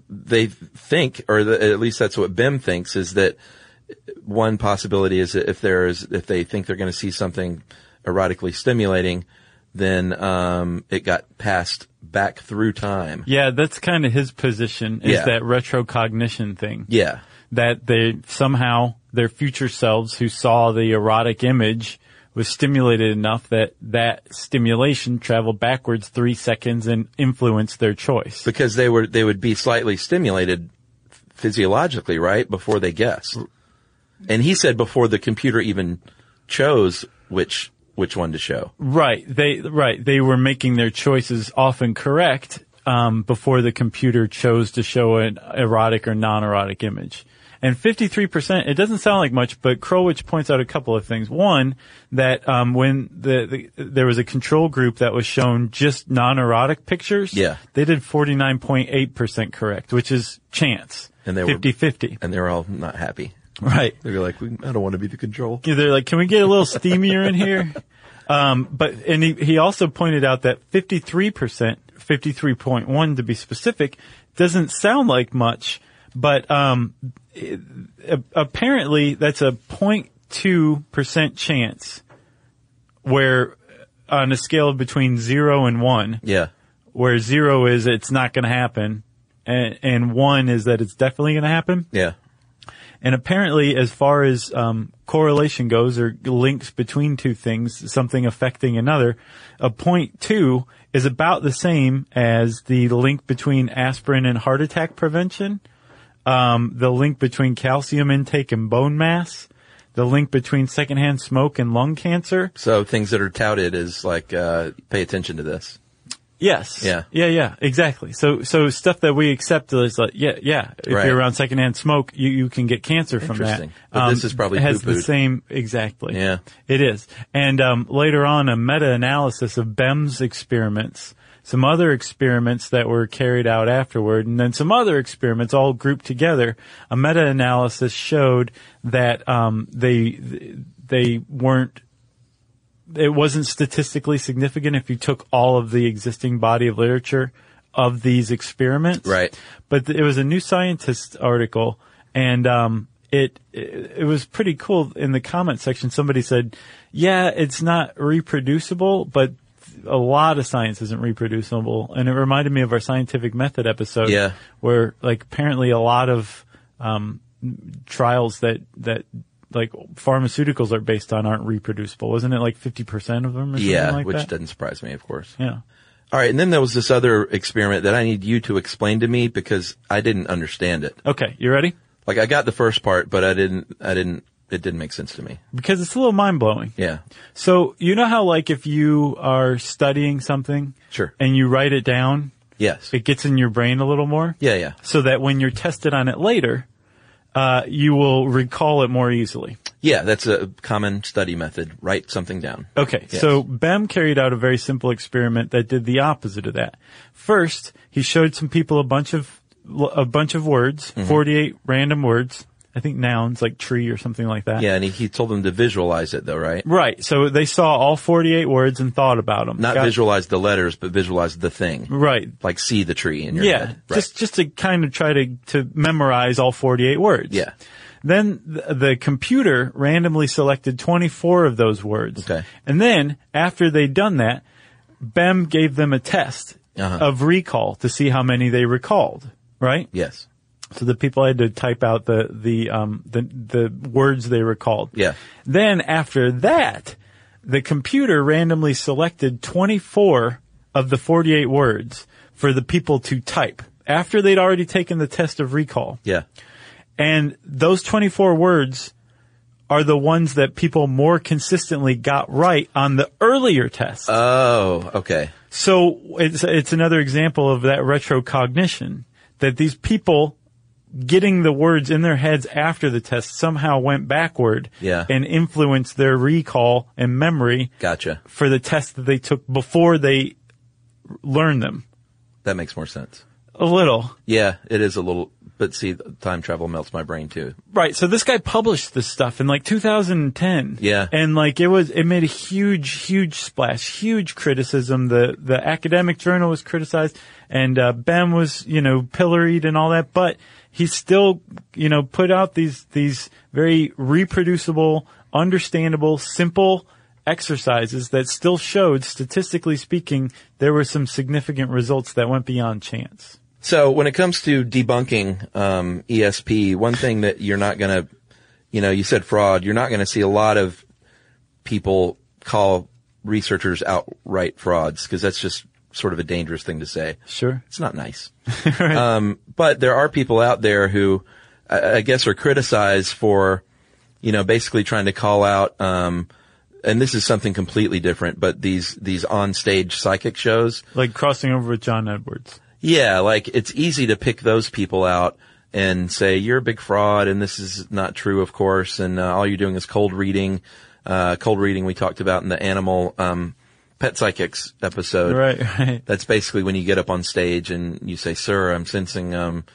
they think, or the, at least that's what Bim thinks, is that one possibility is that if there is if they think they're going to see something erotically stimulating, then um, it got passed back through time. Yeah, that's kind of his position is Yeah. that retrocognition thing. Yeah, that they somehow their future selves who saw the erotic image was stimulated enough that that stimulation traveled backwards three seconds and influenced their choice. because they were they would be slightly stimulated physiologically, right, before they guessed. And he said before the computer even chose which which one to show. right. They right. They were making their choices often correct um, before the computer chose to show an erotic or non-erotic image. And 53%, it doesn't sound like much, but Krolwich points out a couple of things. One, that um, when the, the there was a control group that was shown just non-erotic pictures, Yeah. they did 49.8% correct, which is chance. And they were- 50-50. *laughs* And they were all not happy. Right. They're like, we, I don't want to be the control. Yeah, they're like, can we get a little steamier in here? Um, but, and he, he also pointed out that 53%, 53.1 to be specific, doesn't sound like much, but, um, it- a- apparently that's a 0.2% chance where on a scale of between zero and one, Yeah. where zero is it's not going to happen and, and one is that it's definitely going to happen. Yeah. And apparently, as far as um, correlation goes or links between two things, something affecting another, a point two is about the same as the link between aspirin and heart attack prevention, um, the link between calcium intake and bone mass, the link between secondhand smoke and lung cancer. So things that are touted is like, uh, pay attention to this. Yes. Yeah. Yeah. Yeah. Exactly. So, so stuff that we accept is like, yeah, yeah. If Right. you're around secondhand smoke, you, you can get cancer from that. Interesting. But this is probably it has the poo-pooed. same exactly. Yeah. It is. And um, later on, a meta-analysis of BEM's experiments, some other experiments that were carried out afterward, and then some other experiments all grouped together. A meta-analysis showed that um, they they weren't it wasn't statistically significant if you took all of the existing body of literature of these experiments. Right. But th- it was a New Scientist article, and um, it, it it was pretty cool. In the comment section, somebody said, "Yeah, it's not reproducible, but." A lot of science isn't reproducible, and it reminded me of our scientific method episode, Yeah. where like apparently a lot of um, trials that that like pharmaceuticals are based on aren't reproducible. Isn't it like fifty percent of them? Or something Yeah, like which that? doesn't surprise me, of course. yeah. All right, and then there was this other experiment that I need you to explain to me because I didn't understand it. Okay, you ready? Like I got the first part, but I didn't. I didn't. It didn't make sense to me. Because it's a little mind blowing. Yeah. So you know how like if you are studying something, Sure. and you write it down, Yes. it gets in your brain a little more. Yeah. Yeah. So that when you're tested on it later, uh, you will recall it more easily. Yeah. That's a common study method. Write something down. Okay, Yes. so Bem carried out a very simple experiment that did the opposite of that. First, he showed some people a bunch of a bunch of words, Mm-hmm. 48 random words, I think nouns like tree or something like that. Yeah, and he, he told them to visualize it though, right? Right. So they saw all 48 words and thought about them. Not Got- visualize the letters, but visualize the thing. Right. Like see the tree in your yeah. head. Right. Just just to kind of try to to memorize all 48 words. Yeah. Then the, the computer randomly selected 24 of those words. Okay. And then after they'd done that, BEM gave them a test Uh-huh. of recall to see how many they recalled. Right. yes. So the people had to type out the the um the the words they recalled. Yeah. Then after that, the computer randomly selected 24 of the 48 words for the people to type after they'd already taken the test of recall. Yeah. And those 24 words are the ones that people more consistently got right on the earlier test. Oh, okay. So it's it's another example of that retrocognition that these people getting the words in their heads after the test somehow went backward Yeah. and influenced their recall and memory Gotcha. for the test that they took before they learned them. That makes more sense. A little. Yeah, it is a little, but see, time travel melts my brain too. Right. So this guy published this stuff in like 2010. Yeah. And like it was, it made a huge, huge splash, huge criticism. The, the academic journal was criticized and, uh, Ben was, you know, pilloried and all that, but he still, you know, put out these, these very reproducible, understandable, simple exercises that still showed, statistically speaking, there were some significant results that went beyond chance. So when it comes to debunking, um, ESP, one thing that you're not going to, you know, you said fraud, you're not going to see a lot of people call researchers outright frauds because that's just sort of a dangerous thing to say. Sure. It's not nice. um, but there are people out there who, I, I guess, are criticized for, you know, basically trying to call out. Um, and this is something completely different, but these these on stage psychic shows, Like crossing over with John Edwards. yeah, like it's easy to pick those people out and say you're a big fraud, and this is not true, of course, and uh, all you're doing is cold reading. Uh, cold reading we talked about in the animal um, pet psychics episode. Right, *laughs* right. That's basically when you get up on stage and you say, "Sir, I'm sensing um,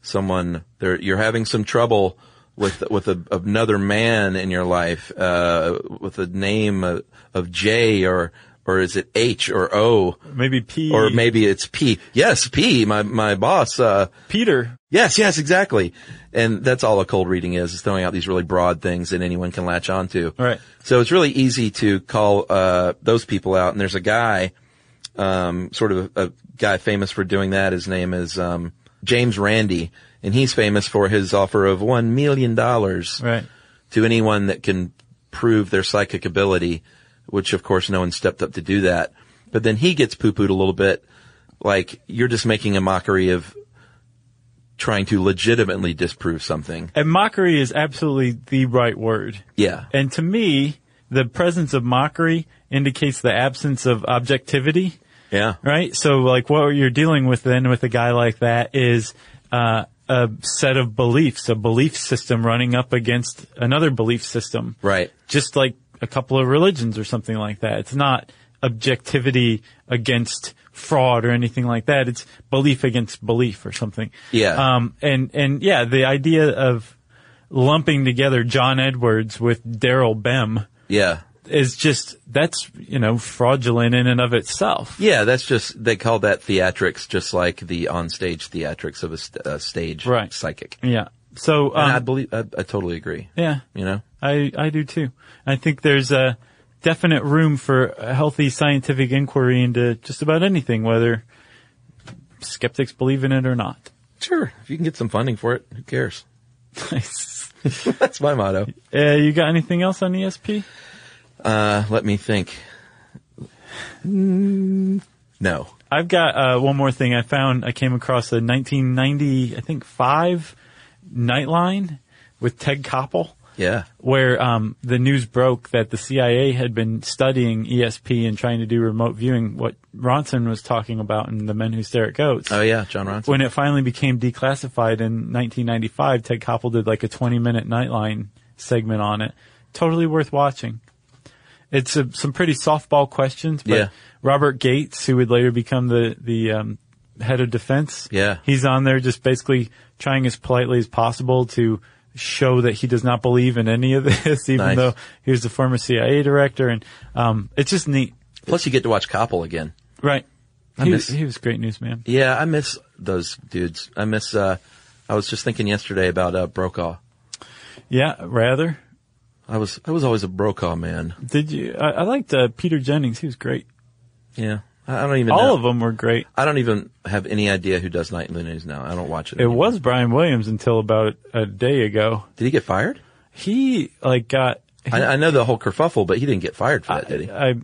someone. There, you're having some trouble with with a, another man in your life, uh, with a name of, of J or or is it H or O, Maybe P or maybe it's P. Yes, P. My my boss. Uh, Peter. yes, yes, exactly. And that's all a cold reading is: is throwing out these really broad things that anyone can latch onto. Right. So it's really easy to call uh, those people out. And there's a guy, um, sort of a, a guy famous for doing that. His name is um, James Randi, and he's famous for his offer of one million dollars Right. to anyone that can prove their psychic ability, which of course no one stepped up to do that. But then he gets poo pooed a little bit, like you're just making a mockery of trying to legitimately disprove something. And mockery is absolutely the right word. Yeah. And to me, the presence of mockery indicates the absence of objectivity, Yeah. right? So like what you're dealing with then with a guy like that is, uh, a set of beliefs, a belief system running up against another belief system. Right. Just like a couple of religions or something like that. It's not objectivity against fraud or anything like that. It's belief against belief or something. Yeah. Um, and, and yeah, the idea of lumping together John Edwards with Daryl Bem Yeah. is just, that's, you know, fraudulent in and of itself. Yeah, that's just, they call that theatrics, just like the onstage theatrics of a, st- a stage Right. psychic. Yeah. So, And I um, believe, I, I totally agree. yeah. You know? I, I do too. I think there's a definite room for a healthy scientific inquiry into just about anything, whether skeptics believe in it or not. Sure. If you can get some funding for it, who cares? *laughs* Nice. That's my motto. Uh, you got anything else on E ESP? Uh, let me think. Mm, no. I've got uh, one more thing. I found I came across a 1990, I think five Nightline with Ted Koppel, Yeah. where um, the news broke that the CIA had been studying ESP and trying to do remote viewing. What Ronson was talking about in The Men Who Stare at Goats. Oh yeah, John Ronson. When it finally became declassified in 1995, Ted Koppel did like a 20 minute Nightline segment on it. Totally worth watching. It's a, some pretty softball questions, but Yeah. Robert Gates, who would later become the, the, um, head of defense. Yeah. He's on there just basically trying as politely as possible to show that he does not believe in any of this, *laughs* even Nice. though he was the former CIA director. And, um, it's just neat. Plus, you get to watch Koppel again. Right. He, miss- he was a great newsman. Yeah, I miss those dudes. I miss. uh I was just thinking yesterday about uh, Brokaw. Yeah. Rather. I was I was always a Brokaw man. Did you? I, I liked uh, Peter Jennings. He was great. Yeah, I, I don't even. All know. of them were great. I don't even have any idea who does Nightly News now. I don't watch it. It anymore. was Brian Williams until about a day ago. Did he get fired? He like got. I, I know the whole kerfuffle, but he didn't get fired for that, Ah, did he? I,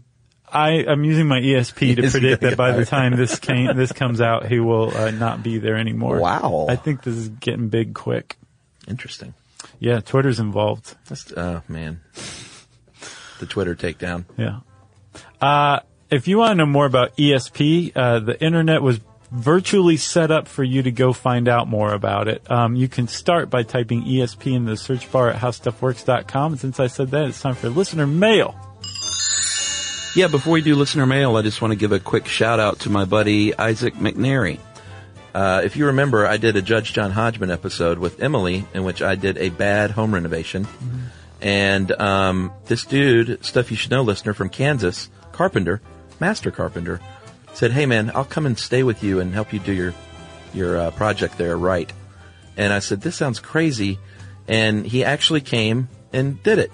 I am using my *laughs* ESP to He's predict gonna that by get the fired. time this came this comes out, he will uh, not be there anymore. Wow. I think this is getting big quick. Interesting. Yeah, Twitter's involved. That's oh man, the Twitter takedown. Yeah. Uh, if you want to know more about ESP, uh, the internet was virtually set up for you to go find out more about it. Um, you can start by typing ESP in the search bar at howstuffworks.com. And Since I said that, it's time for listener mail. Yeah, before we do listener mail, I just want to give a quick shout out to my buddy Isaac McNary. Uh, if you remember, I did a Judge John Hodgman episode with Emily in which I did a bad home renovation. And um, this dude, Stuff You Should Know listener from Kansas, Carpenter, Master Carpenter, said, Hey man, I'll come and stay with you and help you do your, your uh, project there right. And I said, This sounds crazy. And he actually came and did it.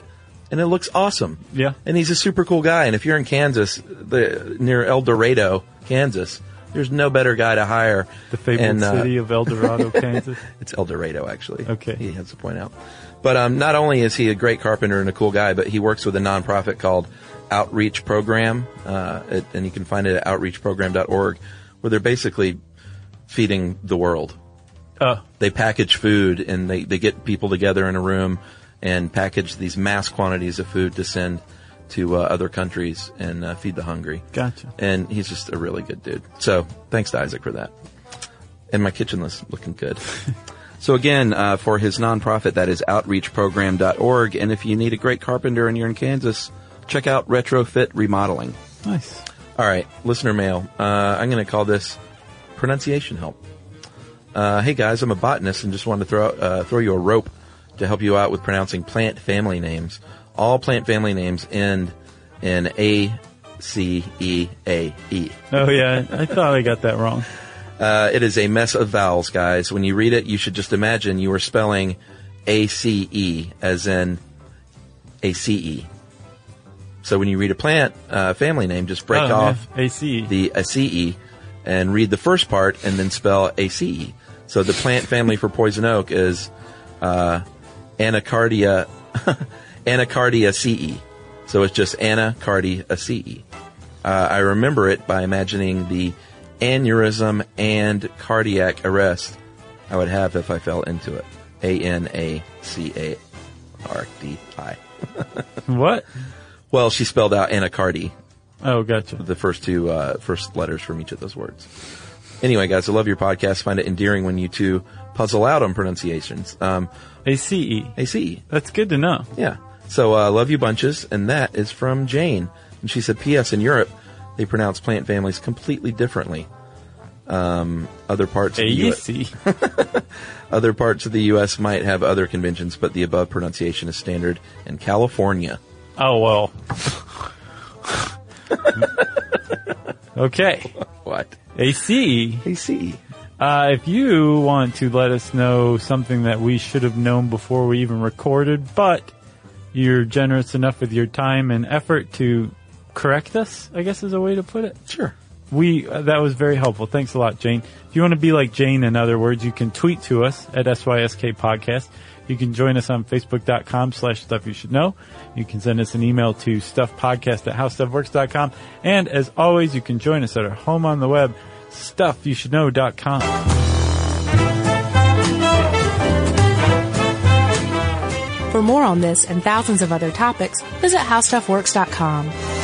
And it looks awesome. Yeah. And he's a super cool guy. And if you're in Kansas, the, near El Dorado, Kansas, there's no better guy to hire The fabled and, uh, city of El *laughs* Dorado, Kansas. It's El Dorado, actually. Okay. He has to point out. But um, not only is he a great carpenter and a cool guy, but he works with a nonprofit called Outreach Program, uh, it, and you can find it at outreachprogram.org, where they're basically feeding the world. Uh, They package food and they, they get people together in a room and package these mass quantities of food to send to uh, other countries and uh, feed the hungry. Gotcha. And he's just a really good dude. So thanks to Isaac for that. And my kitchen is looking good. So again, uh, for his nonprofit, that is outreachprogram.org. And if you need a great carpenter and you're in Kansas, check out Retrofit Remodeling. nice. All right, listener mail. Uh, I'm going to call this pronunciation help. Uh, hey guys, I'm a botanist and just wanted to throw uh, throw you a rope to help you out with pronouncing plant family names. All plant family names end in a c e a e. Oh yeah, I thought I got that wrong. Uh, it is a mess of vowels, guys. When you read it, you should just imagine you were spelling A C E as in A C E. So when you read a plant uh, family name, just break Oh, off yeah. E. AC. the ACE and read the first part and then spell ACE. So the plant family for poison oak is uh, Anacardia *laughs* Anacardia CE. So it's just Anacardia CE. Uh, I remember it by imagining the aneurysm and cardiac arrest I would have if I fell into it. A N A C A R D I. what? Well, she spelled out anacardy Oh, gotcha. the first two uh, first letters from each of those words. Anyway, guys, I love your podcast. Find it endearing when you two puzzle out on pronunciations. Um, ACE. AC, E. That's good to know. yeah. So uh, love you bunches, and that is from Jane, and she said, "P.S. In Europe, they pronounce plant families completely differently. Um, other parts of the U- AEC. other parts of the U.S. might have other conventions, but the above pronunciation is standard in California." Oh well. okay. What AC. AC? Uh, if you want to let us know something that we should have known before we even recorded, but you're generous enough with your time and effort to correct us, I guess is a way to put it. Sure. We uh, that was very helpful. Thanks a lot, Jane. If you want to be like Jane, in other words, you can tweet to us at SYSK Podcast. You can join us on facebook.com slash stuff you should know. You can send us an email to stuffpodcast at howstuffworks.com. And as always, you can join us at our home on the web, stuffyoushouldknow.com. For more on this and thousands of other topics, visit howstuffworks.com.